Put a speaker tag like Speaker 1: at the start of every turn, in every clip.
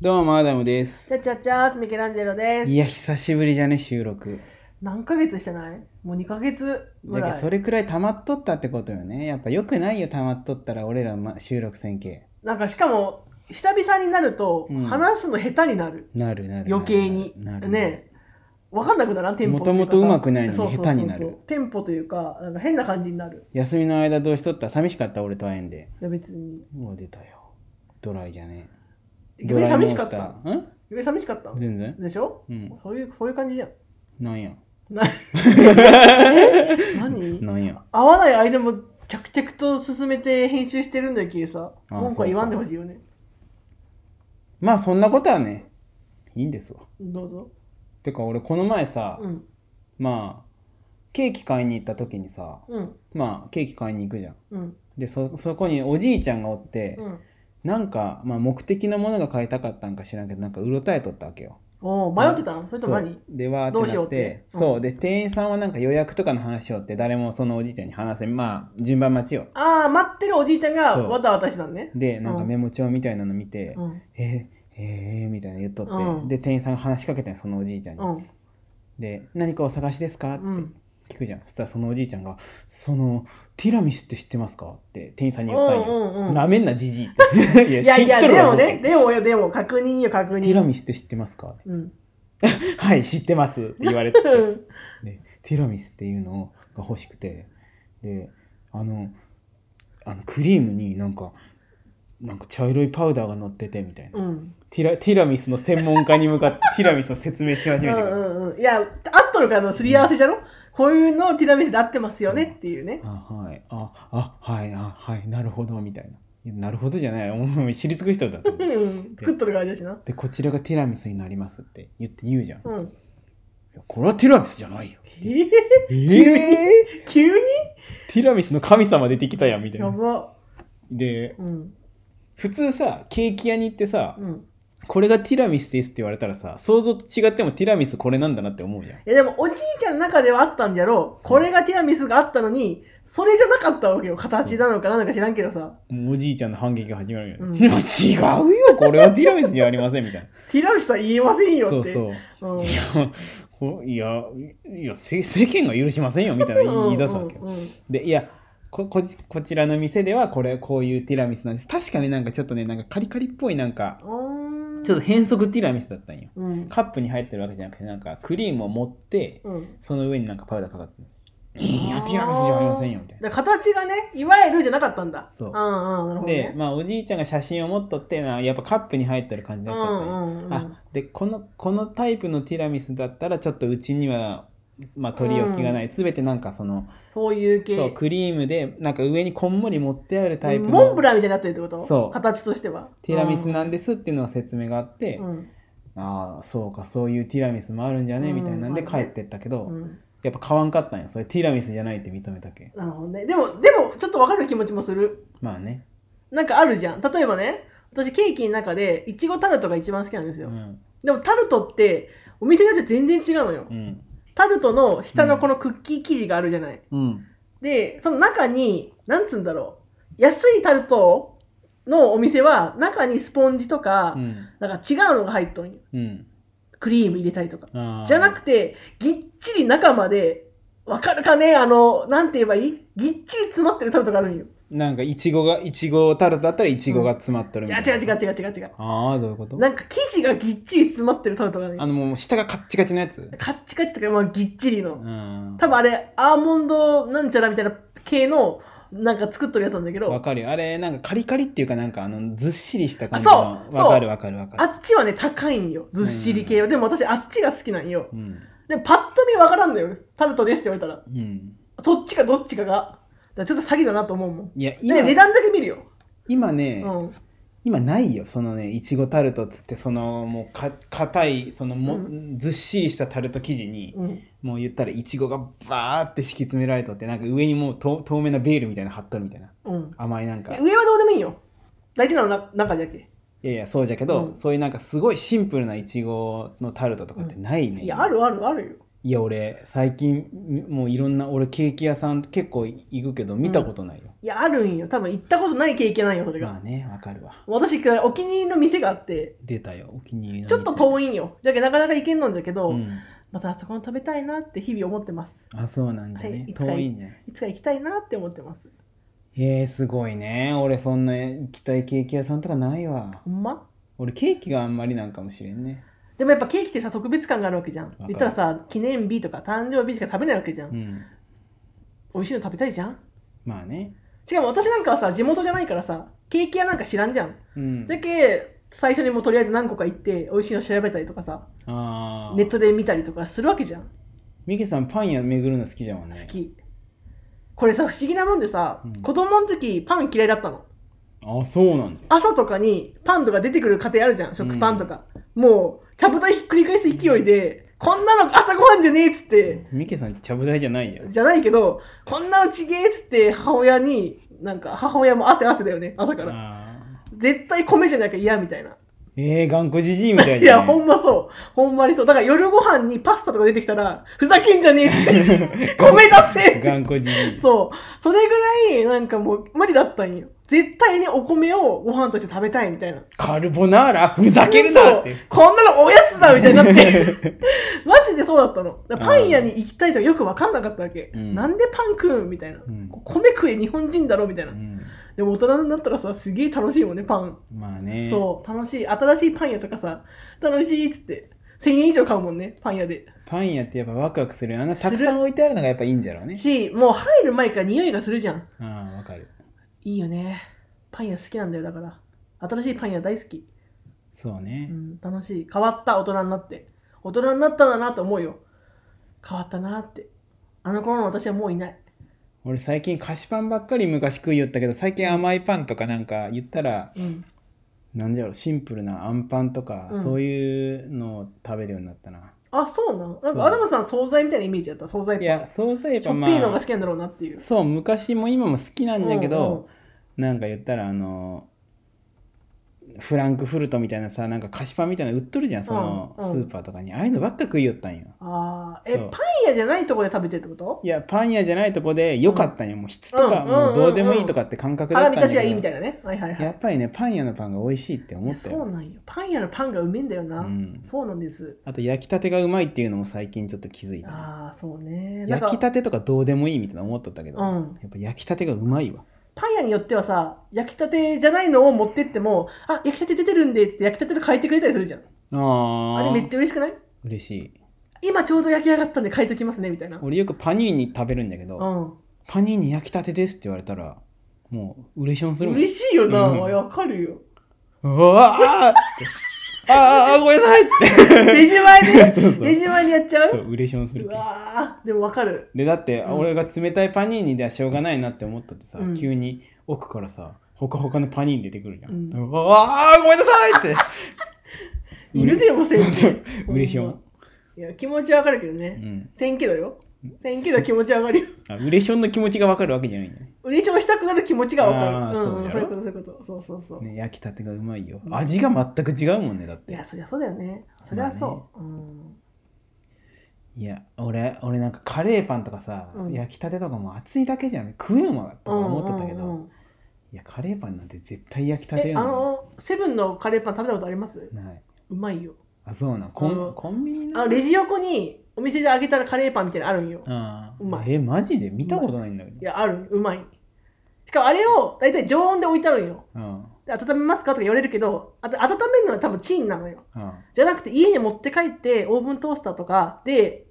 Speaker 1: どうも、アダムです。
Speaker 2: チャチャチャースミケランジェロです
Speaker 1: いや、久しぶりじゃね、収録。
Speaker 2: 何ヶ月してないもう2ヶ月ぐ
Speaker 1: だからら
Speaker 2: い
Speaker 1: それくらい溜まっとったってことよね。やっぱ良くないよ、溜まっとったら俺ら、ま、収録線形。
Speaker 2: なんかしかも久々になると
Speaker 1: うん
Speaker 2: 話すの下手になる、
Speaker 1: なるなるなる。
Speaker 2: 余計に
Speaker 1: なる。
Speaker 2: ね分かんなくならんテンポ
Speaker 1: もともと上手くないのに
Speaker 2: そうそうそう
Speaker 1: 下手になる
Speaker 2: テンポというかなんか変な感じになる
Speaker 1: 休みの間どうしとった寂しかった、俺と会えんで。
Speaker 2: いや別に
Speaker 1: もう出たよ。ドライじゃね。
Speaker 2: 逆に寂しかっ
Speaker 1: ドラ
Speaker 2: た
Speaker 1: イモンス
Speaker 2: 逆に寂しかった
Speaker 1: ターん全然。
Speaker 2: でしょ、
Speaker 1: うん。
Speaker 2: そういうそういう感 じじゃん
Speaker 1: なんや。
Speaker 2: なえ 何
Speaker 1: なんや。
Speaker 2: 合わない間も着々と進めて編集してるんだけどさ
Speaker 1: ああ
Speaker 2: 文句は言わんでほしいよね
Speaker 1: まあ、そんなことはね、いいんですわ。
Speaker 2: どうぞ
Speaker 1: てか、俺、この前さ、
Speaker 2: うん
Speaker 1: まあ、ケーキ買いに行った時にさ、
Speaker 2: うん
Speaker 1: まあ、ケーキ買いに行くじゃん。
Speaker 2: うん
Speaker 1: でそそこにおじいちゃんがおって、
Speaker 2: うん
Speaker 1: なんか、まあ、目的のものが買いたかったんか知らんけどなんかうろたえとったわけよ。
Speaker 2: おお迷ってたのそれとも
Speaker 1: そう
Speaker 2: 何
Speaker 1: でわーってなって
Speaker 2: どうしようってうん
Speaker 1: そうで店員さんはなんか予約とかの話をって誰もそのおじいちゃんに話せんまあ順番待ちよ。
Speaker 2: ああ待ってるおじいちゃんが
Speaker 1: そう
Speaker 2: わたわたしてたんね
Speaker 1: でなんか
Speaker 2: うん
Speaker 1: メモ帳みたいなの見て
Speaker 2: うん
Speaker 1: 「えー、えー、みたいな言っとって、
Speaker 2: うん
Speaker 1: で店員さんが話しかけてんそのおじいちゃんに。
Speaker 2: うん
Speaker 1: で「何かお探しですか?」っ
Speaker 2: うん
Speaker 1: て聞くじゃん、そしたらそのおじいちゃんが「そのティラミスって知ってますか?」って店員さんに
Speaker 2: う
Speaker 1: 言ったんよ。
Speaker 2: んうん
Speaker 1: なめんなじじいって。い
Speaker 2: いやいや
Speaker 1: 知っとる
Speaker 2: で
Speaker 1: わ
Speaker 2: も
Speaker 1: 思っ
Speaker 2: ね
Speaker 1: て
Speaker 2: でもよでも確認よ確
Speaker 1: ティラ
Speaker 2: 認
Speaker 1: ミスって知ってますか
Speaker 2: うん。
Speaker 1: はい、知ってますって言われて
Speaker 2: うん
Speaker 1: で、ティラミスっていうのが欲しくて、で、あの、あのクリームになんか、なんか茶色いパウダーが乗っててみたいな。
Speaker 2: うん
Speaker 1: ティラティラミスの専門家に向か ってティラミスを説明し始
Speaker 2: う
Speaker 1: めてくる。
Speaker 2: んうんいや合っとるからのすり合わせじゃろこういうのをティラミスで合ってますよねっていうね
Speaker 1: あ、はい、あ、あ、はい、あ、はい、なるほど、みたいな。いやなるほどじゃない、もう知り尽くしただと思
Speaker 2: う
Speaker 1: う。
Speaker 2: ん作っとるからだしな
Speaker 1: で、こちらがティラミスになりますって言って言うじゃん。い
Speaker 2: うん
Speaker 1: やこれはティラミスじゃないよ。
Speaker 2: え
Speaker 1: え
Speaker 2: ー急に
Speaker 1: え
Speaker 2: 急に
Speaker 1: ティラミスの神様出てきたやんみたい
Speaker 2: や
Speaker 1: な。
Speaker 2: ば
Speaker 1: で
Speaker 2: うん
Speaker 1: 普通さケーキ屋に行ってさ
Speaker 2: うん
Speaker 1: これがティラミスですって言われたらさ想像と違ってもティラミスこれなんだなって思うじゃん。
Speaker 2: いやでもおじいちゃんの中ではあったんじゃろうこれがティラミスがあったのにそれじゃなかったわけよ形なのかなんだか知らんけどさ
Speaker 1: もうおじいちゃんの反撃が始まるよね。
Speaker 2: うん
Speaker 1: いや違うよこれはティラミスじゃありませんみたい
Speaker 2: ティラミスは言えません
Speaker 1: な。
Speaker 2: よ
Speaker 1: そ
Speaker 2: っ
Speaker 1: う
Speaker 2: て
Speaker 1: そう。
Speaker 2: うん
Speaker 1: いやこいやいやせ世間が許しませんよみたいな言い言い出すわけよ。
Speaker 2: うんうんうん
Speaker 1: でいやここじこちらの店ではこれこういうティラミスなんです。確かになんかちょっとねなんかカリカリっぽいなんか
Speaker 2: うーん
Speaker 1: ちょっと変則ティラミスだったんよ。
Speaker 2: うん
Speaker 1: カップに入ってるわけじゃなくてなんかクリームを持って
Speaker 2: うん
Speaker 1: その上になんかパウダーかかってる。いや、ティラミスじゃありませんよ、みたいな。
Speaker 2: だから形がねいわゆるじゃなかったんだ
Speaker 1: そうん
Speaker 2: うんなるほど
Speaker 1: で、
Speaker 2: ね
Speaker 1: まあ、おじいちゃんが写真を持っとって、なやっぱカップに入ってる感じ
Speaker 2: う
Speaker 1: だっ
Speaker 2: ん
Speaker 1: たから
Speaker 2: うんうん
Speaker 1: あでこの、このタイプのティラミスだったら、ちょっとうちには、まあ、取り置きがない。すべ、てなんかその、
Speaker 2: そういう系
Speaker 1: そう、クリームで、なんか上にこんもり持ってあるタイプ
Speaker 2: モン
Speaker 1: の
Speaker 2: ブランみたいになってるってこと
Speaker 1: そう
Speaker 2: 形としては
Speaker 1: ティラミスなんですっていうのが説明があって、
Speaker 2: うん
Speaker 1: ああ、そうか、そういうティラミスもあるんじゃね、
Speaker 2: うん
Speaker 1: みたいなんで
Speaker 2: ま
Speaker 1: 帰
Speaker 2: あね
Speaker 1: ってったけど、
Speaker 2: うん
Speaker 1: やっぱ買わんかったんよ。それティラミスじゃないって認めたけ。
Speaker 2: なるほどねでもでもちょっとわかる気持ちもする
Speaker 1: まあね。
Speaker 2: なんかあるじゃん。例えばね、私ケーキの中で、いちごタルトが一番好きなんです
Speaker 1: う
Speaker 2: よ。
Speaker 1: ん。
Speaker 2: でもタルトって、お店によって全然違うのよ
Speaker 1: う。ん。
Speaker 2: タルトの下のこのクッキー生地があるじゃない。
Speaker 1: うん。
Speaker 2: で、その中に、なんつうんだろう。安いタルトのお店は、中にスポンジとか
Speaker 1: う、ん。
Speaker 2: なんか違うのが入っとんよ。
Speaker 1: うん。
Speaker 2: クリーム入れたりとか。
Speaker 1: じ
Speaker 2: じゃなくて、ぎっちり中まで、わかるかねあの、なんて言えばいいぎっちり詰まってるタルトがあるんよ。
Speaker 1: なんかいちごがいちごタルトだったらいちごが詰まってるみ
Speaker 2: 違
Speaker 1: たいうな、
Speaker 2: 違う違う違う違う違う。
Speaker 1: ああどういうこと
Speaker 2: なんか生地がぎっちり詰まってるタルトがあるんよ
Speaker 1: あのもう下がカッチカチのやつ
Speaker 2: カッチカチとか、まあ、ぎっちり
Speaker 1: う
Speaker 2: の。
Speaker 1: ん
Speaker 2: 多分あれ、アーモンドなんちゃらみたいな系の、なんか作っとるやつなんだけ
Speaker 1: わ
Speaker 2: ど、
Speaker 1: かるよあれなんかカリカリっていうかなんかあのずっしりした感じ
Speaker 2: あ
Speaker 1: の
Speaker 2: そうそう
Speaker 1: わかるわかるわか
Speaker 2: あ
Speaker 1: る
Speaker 2: っちはね、高いんよ。ずっしり系は。でも私、あっちが好きなんよ
Speaker 1: う。ん
Speaker 2: でも、パッと見わからんのよ。タルトですって言われたら。
Speaker 1: うん
Speaker 2: そっちかどっちかが。だからちょっと詐欺だなと思うもん。
Speaker 1: いや今
Speaker 2: で、値段だけ見るよ。
Speaker 1: 今ね、
Speaker 2: うん。
Speaker 1: 今ないよそのねいちごタルトっつってそのもうか硬いそのも、
Speaker 2: う
Speaker 1: ずっしりしたタルト生地に、
Speaker 2: うん。
Speaker 1: もう言ったらいちごがバーって敷き詰められとってなんか上にもうと透明なベールみたいなの貼っとるみたいな
Speaker 2: うん。
Speaker 1: 甘いなんか
Speaker 2: 上はどうでもいいよ。大事なのな中だけ。
Speaker 1: いやいやそうじゃけど、
Speaker 2: うん
Speaker 1: そういうなんかすごいシンプルないちごのタルトとかってないね、
Speaker 2: いや、あるあるあるよ。
Speaker 1: いや俺最近もういろんな俺ケーキ屋さん結構行くけど見たことないよ、
Speaker 2: いや、あるんよ。多分行ったことない経験なんよ、それ
Speaker 1: ま
Speaker 2: が。
Speaker 1: あねわかるわ
Speaker 2: 私、お気に入りの店があって、
Speaker 1: 出たよお気に入りの
Speaker 2: ちょっと遠
Speaker 1: い、
Speaker 2: いんよ。じゃけなかなか行けんのんだけど、
Speaker 1: うん、
Speaker 2: またあそこの食べたいなって日々思ってます。
Speaker 1: あそうなんじゃ
Speaker 2: は
Speaker 1: ね
Speaker 2: い、いつか
Speaker 1: 遠いんじゃない
Speaker 2: いつか行きたいなって思ってます。
Speaker 1: えー、すごいね俺そんな行きたいケーキ屋さんとかないわ
Speaker 2: ほんま
Speaker 1: 俺ケーキがあんまりなんかもしれんね
Speaker 2: でもやっぱケーキってさ、特別感があるわけじゃん
Speaker 1: か。る
Speaker 2: 言ったらさ、記念日とか誕生日しか食べないわけじゃん。
Speaker 1: うん
Speaker 2: 美味しいの食べたいじゃん。
Speaker 1: まあね
Speaker 2: しかも私なんかはさ、地元じゃないからさ、ケーキ屋なんか知らんじゃん。
Speaker 1: うん
Speaker 2: じゃけ、最初にもうとりあえず何個か行って、美味しいの調べたりとかさ、
Speaker 1: ああ
Speaker 2: ネットで見たりとかするわけじゃん。
Speaker 1: ミケさんパン屋巡るの好きじゃんね
Speaker 2: 好き。これさ、不思議なもんでさ、
Speaker 1: うん
Speaker 2: 子供の時パン嫌いだったの。
Speaker 1: あそうなんだ
Speaker 2: 朝とかにパンとか出てくる家庭あるじゃん、食パンとか。もう、ちゃぶ台ひっくり返す勢いで、こんなの朝ごはんじゃねえっつって、
Speaker 1: ミケさんちゃぶ台じゃないよ
Speaker 2: じゃないけど、こんなのちげえっつって母親に、なんか母親も汗汗だよね、朝から。
Speaker 1: あ
Speaker 2: 絶対米じゃなきゃ嫌みたいな。
Speaker 1: ーえー、頑固じじいみたい
Speaker 2: いや、
Speaker 1: だね
Speaker 2: ほんまそう。ほんまにそう。だから夜ご飯にパスタとか出てきたら、ふざけんじゃね えっつって、米出せって。
Speaker 1: 頑固じじい
Speaker 2: そう。それぐらい、なんかもう無理だったんよ。絶対にお米をご飯として食べたいみたいな。
Speaker 1: カルボナーラふざけるなっ
Speaker 2: そう
Speaker 1: て
Speaker 2: こんなのおやつだみたいになって。 マジでそうだったの。だからパン屋に行きたいとかよく分かんなかったわけ。
Speaker 1: うん
Speaker 2: なんでパン食うんみたいな。
Speaker 1: ん
Speaker 2: 米食え日本人だろみたいな
Speaker 1: う。ん
Speaker 2: でも大人になったらさ、すげえ楽しいもんね、パン。
Speaker 1: まあね
Speaker 2: そう、楽しい。新しいパン屋とかさ、楽しいっつって。1000円以上買うもんね、パン屋で。
Speaker 1: パン屋ってやっぱワクワクするよあんなたくさん置いてあるのがやっぱいいんじゃろうね
Speaker 2: し、もう入る前から匂いがするじゃん。
Speaker 1: ああわかる
Speaker 2: いいよね。パン屋好きなんだよ、だから。新しいパン屋大好き。
Speaker 1: そう
Speaker 2: う
Speaker 1: ね、
Speaker 2: ん、楽しい。変わった、大人になって。大人になったんだなと思うよ。変わったなって。あの頃の私はもういない。
Speaker 1: 俺最近菓子パンばっかり昔食いよったけど最近甘いパンとかなんか言ったら
Speaker 2: うん。
Speaker 1: なんじゃろうシンプルなあんパンとか、
Speaker 2: うん
Speaker 1: そういうのを食べるようになったな
Speaker 2: あ、そうなんなん
Speaker 1: そう
Speaker 2: か、アダムさん、惣菜みたいなイメージだった。惣菜
Speaker 1: い
Speaker 2: パン
Speaker 1: や。惣菜
Speaker 2: し
Speaker 1: パ
Speaker 2: ょ
Speaker 1: ン
Speaker 2: っ
Speaker 1: ま
Speaker 2: ぴいのが
Speaker 1: あ
Speaker 2: 好きなんだろうなっていう。
Speaker 1: そう昔も今も好きなんだけど、
Speaker 2: うんうん
Speaker 1: なんか言ったらあのフランクフルトみたいなさなんか菓子パンみたいなの売っとるじゃんそのス
Speaker 2: うんうん
Speaker 1: ーパーとかに、ああいうのばっか食いよったんよ
Speaker 2: ああ、え、
Speaker 1: そう
Speaker 2: パン屋じゃないとこで食べてるってこと
Speaker 1: いやパン屋じゃないとこでよかったんよ、もう質とか
Speaker 2: うん
Speaker 1: もうどうでも
Speaker 2: うんうん
Speaker 1: いいとかって感覚だった
Speaker 2: 腹
Speaker 1: んだ
Speaker 2: み
Speaker 1: けど、
Speaker 2: たしがいいみたいなね。はいはいはい。
Speaker 1: やっぱりねパン屋のパンが美味しいって
Speaker 2: い
Speaker 1: 思
Speaker 2: や
Speaker 1: った
Speaker 2: そう
Speaker 1: よ
Speaker 2: なんよ。パン屋のパンがうめえんだよな。
Speaker 1: うん
Speaker 2: そうなんです。
Speaker 1: あと焼きたてがうまいっていうのも最近ちょっと気づいた
Speaker 2: ああ、そうね。なん
Speaker 1: 焼き
Speaker 2: か、
Speaker 1: たてとかどうでもいいみたいな思っとったけど、
Speaker 2: うん
Speaker 1: やっぱ焼きたてがうまいわ
Speaker 2: パン屋によってはさ、焼きたてじゃないのを持ってっても、あ、焼きたて出てるんでって言って焼きたてと変えてくれたりするじゃん。
Speaker 1: あ
Speaker 2: あ
Speaker 1: ー
Speaker 2: れめっちゃ嬉しくない
Speaker 1: 嬉しい
Speaker 2: 今ちょうど焼き上がったんで変えときますね、みたいな。うん。
Speaker 1: 俺よくパニーニ食べるんだけど、パニーニ焼きたてですって言われたらもう嬉しょんするもん
Speaker 2: 嬉しいよな。
Speaker 1: うん
Speaker 2: わか るよ。
Speaker 1: うわあっつってあーあーごめんなさいっつ って
Speaker 2: レジ前で、
Speaker 1: そうそう
Speaker 2: レジ前にやっちゃ
Speaker 1: そうう嬉しょんす
Speaker 2: う
Speaker 1: るけど
Speaker 2: わーでもわかる。
Speaker 1: でだって
Speaker 2: うん
Speaker 1: 俺が冷たいパニーニではしょうがないなって思ったってさ、
Speaker 2: うん
Speaker 1: 急に奥からさほかほかのパニーニ出てくるじゃん、
Speaker 2: う
Speaker 1: うわあごめんなさいって
Speaker 2: 犬でもせ
Speaker 1: そ
Speaker 2: ん
Speaker 1: う
Speaker 2: ぜ
Speaker 1: そう嬉しょん、
Speaker 2: いや、気持ちわかるけど
Speaker 1: う
Speaker 2: ね。
Speaker 1: ん、
Speaker 2: せんけどよ。せんけど気持ちわかる よ。
Speaker 1: あ嬉しょんの気持ちが分かるわけじゃないんだね
Speaker 2: うれしょしたくなる気持ちがわ
Speaker 1: あ
Speaker 2: か
Speaker 1: ー
Speaker 2: る。うん、うん、
Speaker 1: そ
Speaker 2: そうう
Speaker 1: だ
Speaker 2: いう
Speaker 1: よ
Speaker 2: こと、そういうこと。そうそうそう。
Speaker 1: ね焼きたてがうまいよ味が全く違うもんねだっ
Speaker 2: い
Speaker 1: て
Speaker 2: や、そりゃそうだよね。そりゃそう。うん。
Speaker 1: いや俺俺なんかカレーパンとかさ、
Speaker 2: うん
Speaker 1: 焼きたてとかも熱いだけじゃん食えんわとか思っとったけど、
Speaker 2: うんうんうん
Speaker 1: いやカレーパンなんて絶対焼きたて
Speaker 2: え、
Speaker 1: や
Speaker 2: あ
Speaker 1: な
Speaker 2: の、セブンのカレーパン食べたことあります
Speaker 1: ない。
Speaker 2: うまいよ。
Speaker 1: あ、そうなん。コン,、
Speaker 2: うん
Speaker 1: コンビニ
Speaker 2: あの、レジ横にお店で揚げたらカレーパンみたいなのあるんよ。
Speaker 1: あー
Speaker 2: うまい
Speaker 1: え、マジで見たことないんだけど
Speaker 2: い。や、ある。うまい。しかもあれを大体常温で置いてあるんよ。
Speaker 1: うん。
Speaker 2: で温めますかとか言われるけど、あと温めるのは多分チンなのよ。
Speaker 1: うん
Speaker 2: じゃなくて家に持って帰ってオーブントースターとかで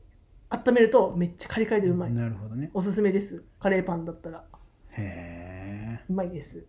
Speaker 2: 温めるとめっちゃカリカリでうまい。
Speaker 1: なるほどね。
Speaker 2: おすすめです。カレーパンだったら。
Speaker 1: へえ。
Speaker 2: うまいです。